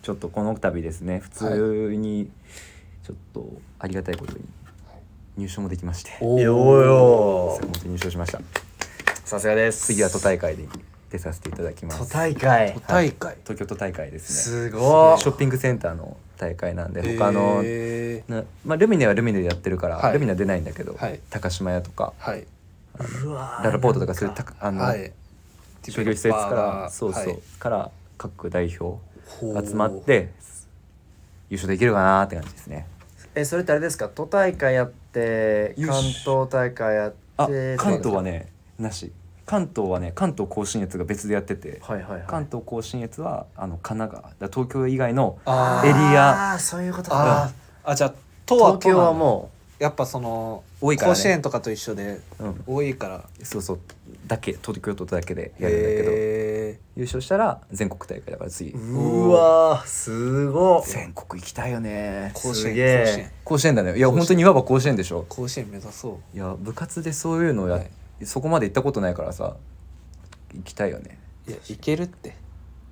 ちょっとこの度ですね普通にちょっとありがたいことに入賞もできまして およ坂本入賞しましたさすがです次は都大会に出させていただきま都す大会 大会東京都大会ですねすごいショッピングセンターの大会なんで他の、えなまあ、ルミネはルミネでやってるから、はいルミネは出ないんだけど、はい高島屋とかーはいうわララポートとかそういうたあの、はい商業施設からそうそう、から各代表集まって優勝できるかなって感じですねえそれってあれですか都大会やってよ関し東大会やってあとか関東はねなし関東はね関東甲信越が別でやってて、はいはいはい関東甲信越はあの神奈川だから東京以外のあーエリアあーそういうことあかーあじゃあ都は都な東んだ京はもやっぱその多いからね甲子園とかと一緒でうん多いからそうそうだけ東京都だけでやるんだけど、へ優勝したら全国大会だから次、ううわーすごい全国行きたいよねー甲子す園げえ甲子園甲子園だねいや本当にいわば甲子園でしょ甲子園目指そういや部活でそういうのをや、はいそこまで行ったことないからさ行きたいよねいやいけるって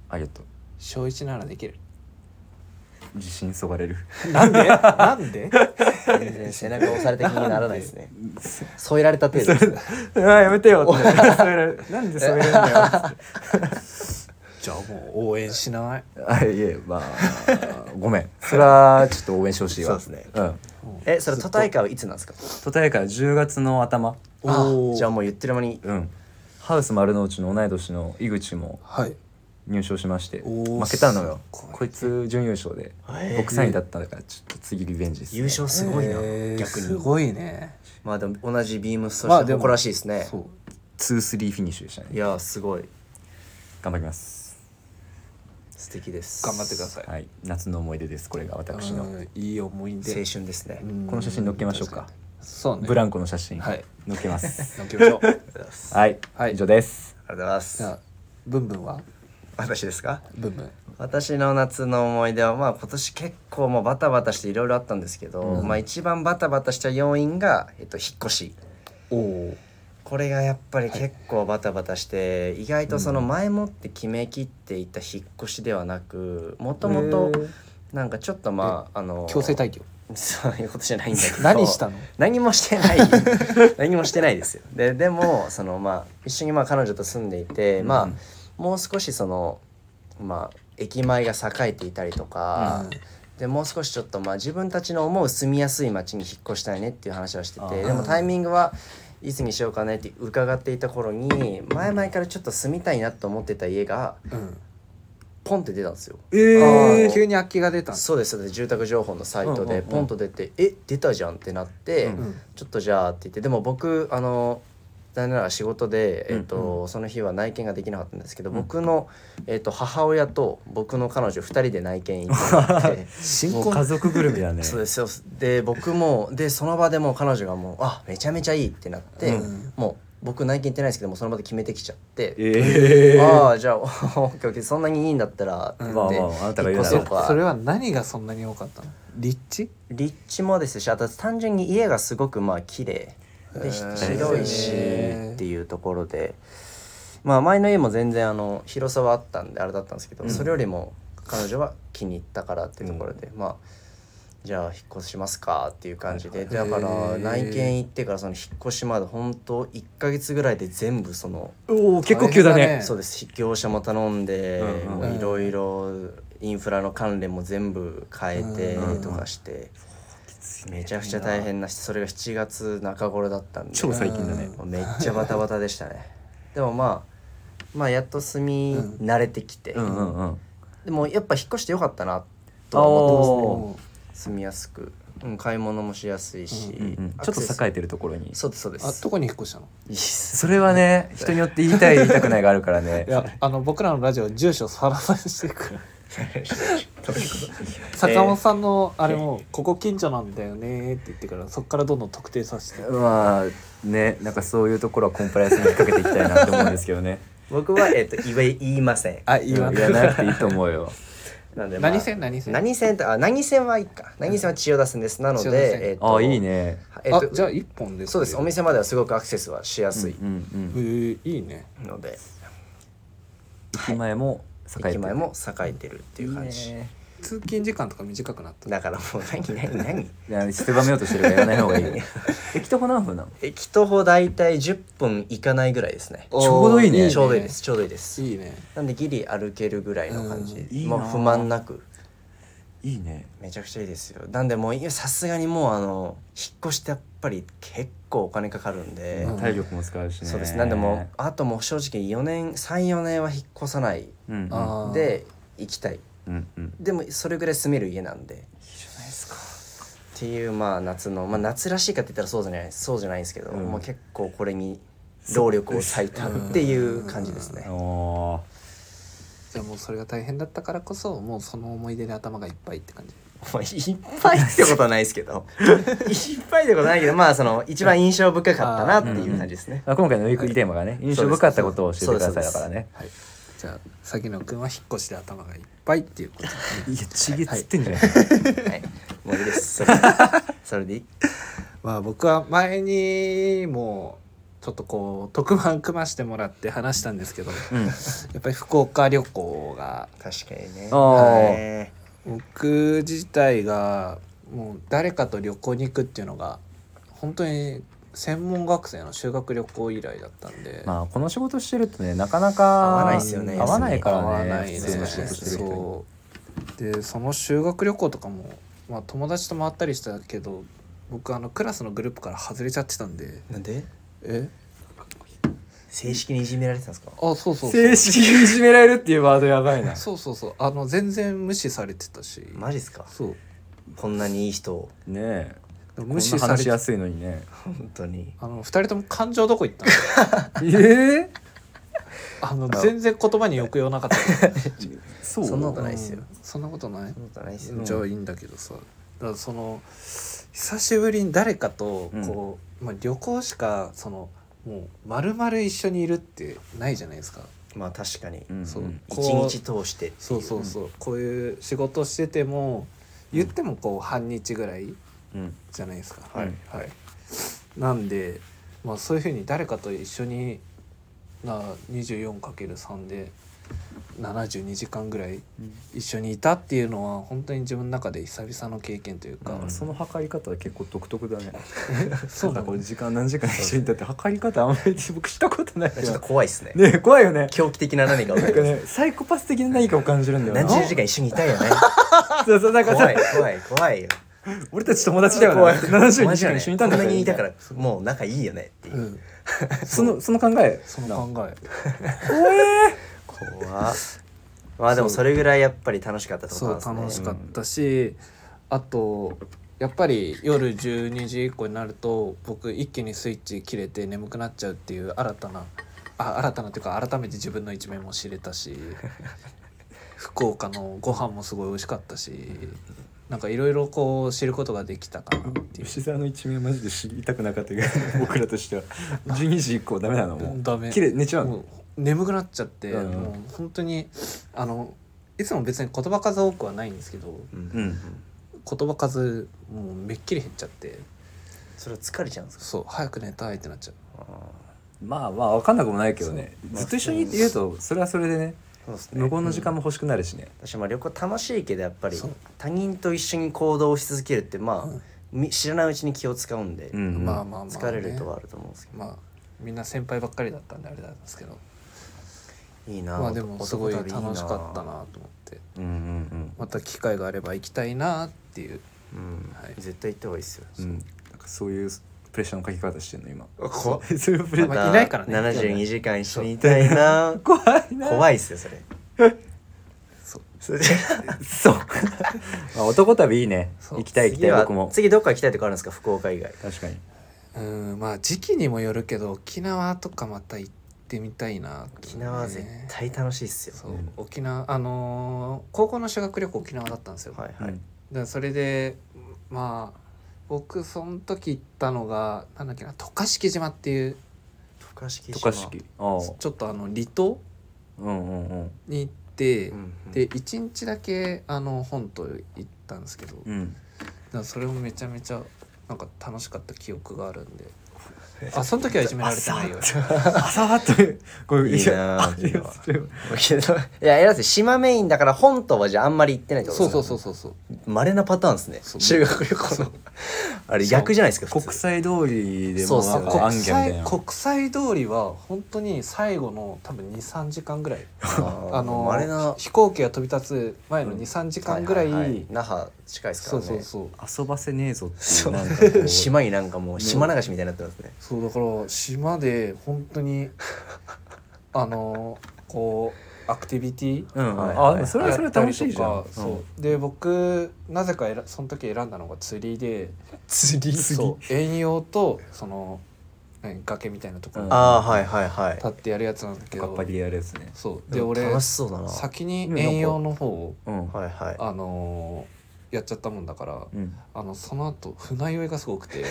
ありがとう小一ならできる自信そがれるなんでなんで全然背中押された気にならないで すね添えられた程度ですね あやめてよってそれなんでそれなんだよじゃあもう応援しない あいえまあごめんそれはちょっと応援してほしいわそうですねんえそれ都大会はいつなんですか都大会は10月の頭あおーじゃあもう言ってる間にうんハウス丸の内の同い年の井口もはい入賞しましておー負けたのよすごいこいつ準優勝でへー僕3位だったからちょっと次リベンジです、ね、優勝すごいなへー逆すにごいねまあでも同じビームスとまあしてでも誇らしいですねそう2-3フィニッシュでしたいねやーすごい頑張ります素敵です頑張ってくださいはい夏の思い出ですこれが私のうんいい思い出青春ですねうんこの写真載っけましょうか確にそうねブランコの写真、はい載っけ ます乗っけましょうはい、はい以上ですありがとうございますじゃあブンブンは私ですかブンブン私の夏の思い出はまあ今年結構もうバタバタしていろいろあったんですけど、まあ一番バタバタした要因が、えっと、引っ越しおおこれがやっぱり結構バタバタして、意外とその前もって決めきっていた引っ越しではなくもともとなんかちょっとまああの強制退去 そういうことじゃないんだけど何したの何もしてない何もしてないですよででもそのまあ一緒にまあ彼女と住んでいて、まあもう少しそのまあ駅前が栄えていたりとか、でもう少しちょっとまあ自分たちの思う住みやすい町に引っ越したいねっていう話はしてあてーでもタイミングはいつにしようかねって伺っていた頃に前々からちょっと住みたいなと思ってた家がうんポンって出たんですよ。えあー急に空きが出たんだそうですそうです住宅情報のサイトうんでうんうんポンと出て「え出たじゃん」ってなって、うんちょっとじゃあって言ってでも僕あの残念ながら仕事で、えっとその日は内見ができなかったんですけど、僕の、えっと母親と僕の彼女2人で内見行って もらって新もう婚家族ぐるみだ ねそうですよで僕もでその場でもう彼女がもうあめちゃめちゃいいってなって、もう僕内見行ってないですけどもうその場で決めてきちゃって。ええああじゃ あオッケーオッケーそんなにいいんだったらって言って、まあまああなたが言うなら一個そそこそれは何がそんなに多かったの立地立地もですしあと単純に家がすごくまあ綺麗でひ広いしへーっていうところでまあ前の家も全然あの広さはあったんであれだったんですけど、それよりも彼女は気に入ったからっていうところで、まあじゃあ引っ越しますかっていう感じでだかへらー内見行ってからその引っ越しまで本当1か月ぐらいで全部そのおお結構急だねそうです業者も頼んでうんうんもういろいろインフラの関連も全部変えてとかしてめちゃくちゃ大変なしそれが7月中頃だったんで超最近だねもうめっちゃバタバタでしたね でもまあまあやっと住み慣れてきてうんうんうんでもやっぱ引っ越してよかったなとは思っておーますね住みやすく、うん、買い物もしやすいしうんうんアちょクっセスと栄えてるところにそうですそうであすどこに引っ越したのいいっすそれはね人によって言いたい言いたくないがあるからね いやあの僕らのラジオ住所さらさらしていく 坂本さんのあれも「ここ近所なんだよね」って言ってからそこからどんどん特定させてまあねなんかそういうところはコンプライアンスに引っ掛けていきたいなと思うんですけどね僕は、えっと言え言いませんあ言わいやなくていいと思うよなんでまあ何線何線何線ってあ何線はいいか何線は千代田線ですなの千代田線で、えっ とあいいねえっとあじゃあ一本ですそうですお店まではすごくアクセスはしやすいうんうんえーいいねので、駅前も栄えてる駅前も栄えてるっていう感じね通勤時間とか短くなっただからもう 何何何いや狭めようとしてるからやらない方がいいよ 駅とこ何分なの駅徒歩大体10分いかないぐらいですねおーちょうどいいねちょうどいいですちょうどいいですいいねなんでギリ歩けるぐらいの感じうんいいなもう不満なくいいねめちゃくちゃいいですよなんでもういやさすがにもうあの引っ越してやっぱり結構お金かかるんで、うん体力も使うしねそうですなんでもうあともう正直4年34年は引っ越さないうんうんあーで行きたいうんうんでもそれぐらい住める家なんでっていうまあ夏の、まあ、夏らしいかって言ったらそうじゃないそうじゃないんですけど、んまあ、結構これに労力を割いたっていう感じですね。おじゃあもうそれが大変だったからこそもうその思い出で頭がいっぱいって感じまあいっぱいってことはないですけどいっぱいってことはないけどまあその一番印象深かったなっていう感じですね。あ今回のウィークリーテーマがね印象深かったことを教えてくださいだからねはいじゃあ先野くんは引っ越しで頭がいっぱいっていうことですねいやちげっつってんじゃないはい、もういいですそ れそれでいいまあ僕は前にもちょっとこう特番組ましてもらって話したんですけど、やっぱり福岡旅行が確かにね。あーはい僕自体がもう誰かと旅行に行くっていうのが本当に専門学生の修学旅行以来だったんで、まあこの仕事してるとねなかな合かわないですよね合わないからね合わないね普通の仕事してる人にそうでその修学旅行とかも、まあ、友達と回ったりしたけど僕あのクラスのグループから外れちゃってたんでなんでえ正式にいじめられてたんですかあそうそうそう正式にいじめられるっていうワードやばいなそうそうそうあの全然無視されてたしマジっすかそうこんなにいい人をねえ無視され話てしやすいのにね本当にあの2人とも感情どこ行 ったのええあの全然言葉に抑揚なかったそそんなことないですようんそんなことないそんなことないですよじゃあいいんだけどさだからその久しぶりに誰かとこう、まあ、旅行しかそのもう丸々一緒にいるってないじゃないですか、まあ確かにうんそううん一こう日通してっていそうそうそう、こういう仕事してても言ってもこう半日ぐらいうんじゃないですか、はいはい、なんで、まあ、そういうふうに誰かと一緒にな 24×3 で72時間ぐらい一緒にいたっていうのは本当に自分の中で久々の経験というか、なんかその測り方は結構独特だね。そうななんかこの、れ時間何時間一緒にだって測り方あんまり僕したことないちょっとよ。怖いですねねえ怖いよね。狂気的な何かをなんかねサイコパス的な何かを感じるんだよな。何十時間一緒にいたいよね そうそうなんか怖さい怖い怖いよ俺たち友達だよ怖な。い72時間一緒にいたんだかこんら。なにいたからもう仲いいよねっていううんそのその考え。その考え怖え。怖っまあでもそれぐらいやっぱり楽しかったってことそうなんですね楽しかったし、あとやっぱり夜12時以降になると僕一気にスイッチ切れて眠くなっちゃうっていう新たなあ新たなっていうか改めて自分の一面も知れたし福岡のご飯もすごい美味しかったしなんかいろいろこう知ることができたかなっていう吉沢の一面マジで知りたくなかったけど僕らとしては12時以降ダメなのもうダメ綺麗寝ちゃうのもう眠くなっちゃって、うんもう本当にあのいつも別に言葉数多くはないんですけどうんうん言葉数もうめっきり減っちゃってそれは疲れちゃうんですかそう早く寝たいってなっちゃうまあまあ分かんなくもないけどねそうずっと一緒にいるとそれはそれでねそうです無言の時間も欲しくなるしね、私も旅行楽しいけどやっぱりそう他人と一緒に行動し続けるってまうんあみ知らないうちに気を使うんでうんうんまあまあまあ、ね、疲れるとはあると思うんですけまあみんな先輩ばっかりだったんであれなんですけどどいいなまあでもすごい楽男し旅いいなかったなと思ってうんうんまた機会があれば行きたいなっていううんはい絶対行った方がいいですようんうんなんかそういうプレッシャーのかけ方してんの今怖そういうプレッシャーまあいないからね72時間一緒にいたいな怖いな怖いっすよそれそうそれでそう、まあ、男旅いいねそう行きたい行きた次いは僕も次どっか行きたいとこあるんですか福岡以外確かにうんまあ時期にもよるけど沖縄とかまた行ってみたいなっていう沖ね、縄は絶対楽しいっすよそう、うん沖縄あのー高校の修学旅行沖縄だったんですよ、はいはいだからそれでまあ僕その時行ったのがなんだっけな渡嘉敷島っていう渡嘉敷渡島嘉敷ああちょっとあの離島うんうんうんに行って、うんうんで1日だけあの本島行ったんですけど、だうんからそれもめちゃめちゃなんか楽しかった記憶があるん であその時はいじめられてないよ 朝はというこういういいなああいやそれは沖縄 いや偉いです島メインだから本島はじゃああんまり行ってないってことそうそうそううそうそうまれなパターンですねそう修学旅行の あれ逆じゃないですか国普通際通りでそもうっなすよんかね国案件みたい際な国際通りは本当に最後の多分23時間ぐらい ああのまれな飛行機が飛び立つ前の23時間ぐらい,、ははは那覇近いですかそらうねそうそう遊ばせねえぞっていそうなんかこうう 島になんかもう島流しみたいになってますねそうだから島で本当 にあのこうアクティビティうん、はいあはでいもそれはそれは楽しいじゃやんったりとかそうで僕なぜかえらその時選んだのが釣りで釣りそう遠洋とその何崖みたいなところにうんああはいはいはい立ってやるやつなんだけカど、ッパリやるやつねそうででも俺楽しそうだなは先に遠洋の方をうん、いはいあのーやっちゃったもんだからうん、あのその後船酔いがすごく て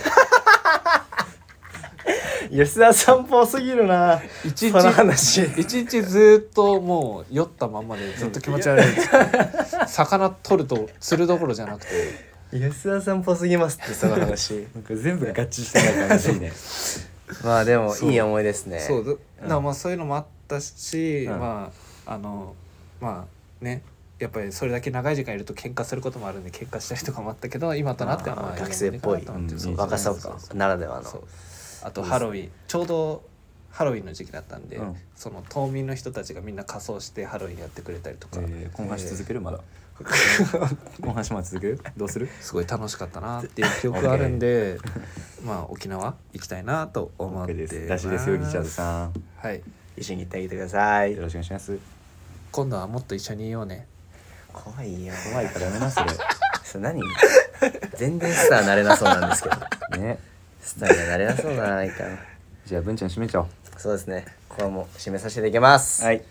吉田さんぽすぎるな一その日 話一日ずっともう酔ったまんまでずっと気持ち悪い魚取ると釣るどころじゃなくて吉田さんぽすぎますってその話 なんか全部が合致してない感じいいね まあでもそういい思いですねそうだだからまあそういうのもあったし、うんまああのまあねやっぱりそれだけ長い時間いると喧嘩することもあるんで喧嘩したりとかもあったけど今となってはあーまあ学生っぽい今となってはそううん若さそうならではのそうあとハロウィンちょうどハロウィンの時期だったんで、うんその島民の人たちがみんな仮装してハロウィンやってくれたりとか、えー、今半し続けるま だ今半しまだ続けるどうするすごい楽しかったなっていう記憶があるんでまあ沖縄行きたいなと思っ OK てです出しですよリチャードさんんはい一緒に行ってあげてくださいよろしくお願いします今度はもっと一緒にいようね怖いよ怖いからやめなそそれ何全然スターなれなそうなんですけどれねスターにはなれなそうだな相変わらじゃあ文ちゃん閉めちゃおうずそうですねここはもう締めさせていただきますはい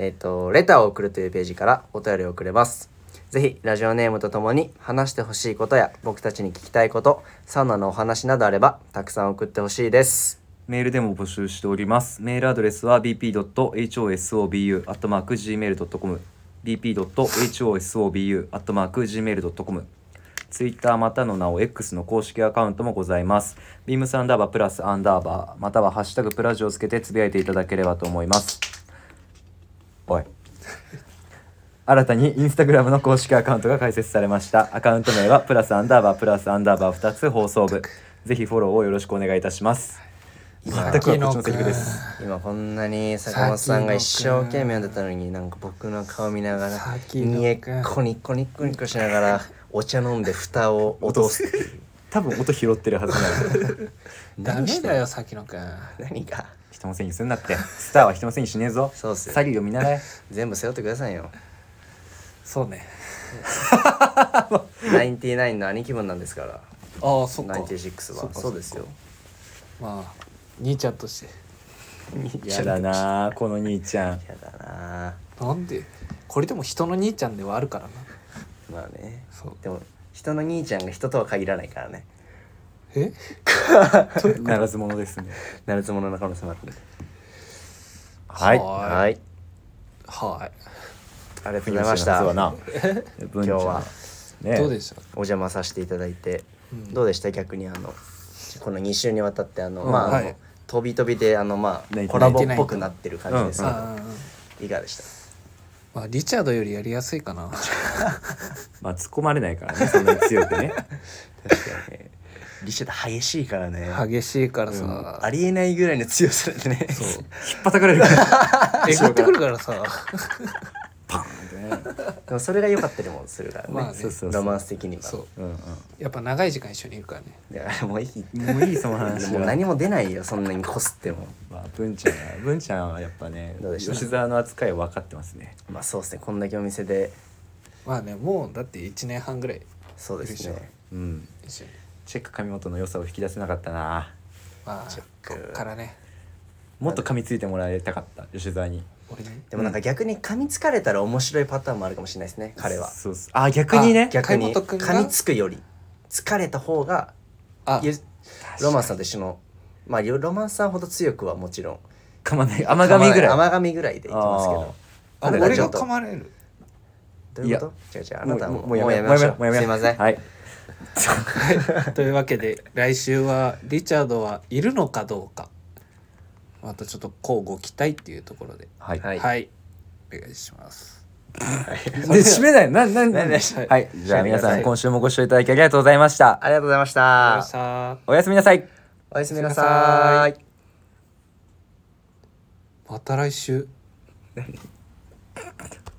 えっ、と、レターを送るというページからお便りを送れます。ぜひ、ラジオネームとともに話してほしいことや、僕たちに聞きたいこと、サウナのお話などあれば、たくさん送ってほしいです。メールでも募集しております。メールアドレスは bp.hosobu.gmail.com bp.hosobu.gmail.com ツイッターまたの名を X の公式アカウントもございます。ビームスアンダーバープラスアンダーバーまたはハッシュタグプラジをつけてつぶやいていただければと思います。おい。新たにインスタグラムの公式アカウントが開設されました。アカウント名はプラスアンダーバープラスアンダーバー2つ放送部。ぜひフォローをよろしくお願いいたします。今全、くこっちのセリフです。今こんなに坂本さんが一生懸命やってたのに、なんか僕の顔見ながら、にえっこにっこにっこにっこしながら、お茶飲んで蓋を落とすっていう。多分音拾ってるはずなダのメだよさきのくん何か、人のせいにすんなってスターは人のせいにしねえぞそうっすよ詐欺を見習え全部背負ってくださいよ。そうねナインティナインの兄貴分なんですからああそっかナインティシックスそっはかそうですよまあ兄ちゃんとして やだなーこの兄ち ゃんやだななんでこれでも人の兄ちゃんではあるからなまあねそうでも人の兄ちゃんが人とは限らないからねえならず者ですねなるつもの中野さんなん ではいははいいはありがとうございました夏は今な今日はねいどうでしたお邪魔させていただいてうんどうでした逆にあのこの2週にわたってあのうんまああはのい飛び飛びであのま泣いあてコラボっぽくなってる感じですけどあーいかがでしたまあリチャードよりやりやすいかなまあ突っ込まれないからねそんなに強く ね確かにねリシャード激しいからね激しいからさ、ありえないぐらいの強さでねそう引っ叩かれるからえぐってくるからさ でもそれが良かったりもするからね,、まあねそうそうそロうマンス的にはそううんやっぱ長い時間一緒にいるからねいやもういいうんもういいその話は もう何も出ないよそんなにこすってもまあ文ちゃんは文ちゃんはやっぱねどうでした吉沢の扱いを分かってますねまあそうですねこんだけお店でまあねもうだって1年半ぐらいそうですよいしねうん一緒にチェック神本の良さを引き出せなかったなまあクこっからねもっと噛みついてもらいたかった吉沢に俺にでもなんか逆に噛みつかれたら面白いパターンもあるかもしれないですね彼はそうそうあ逆にね逆に海本君が噛みつくより疲れた方があゆロマンスさんと一緒のまあロマンスさんほど強くはもちろん噛まない甘噛みぐらい甘噛みぐらいでいきますけどあ彼れが俺ちょっがと噛まれるどういういこと違う違うあなたはもうもうももううややめめままししょょううもうやめすいようませんはい というわけで来週はリチャードはいるのかどうかまたちょっと乞うご期待っていうところではいはいはい、お願いします で締めないなななねはいじゃあ皆さはんい今週もご視聴いただきありがとうございましたありがとうございましありがとうごたざいましおやすみなさいおやすみなおやすみなささいいたまた来週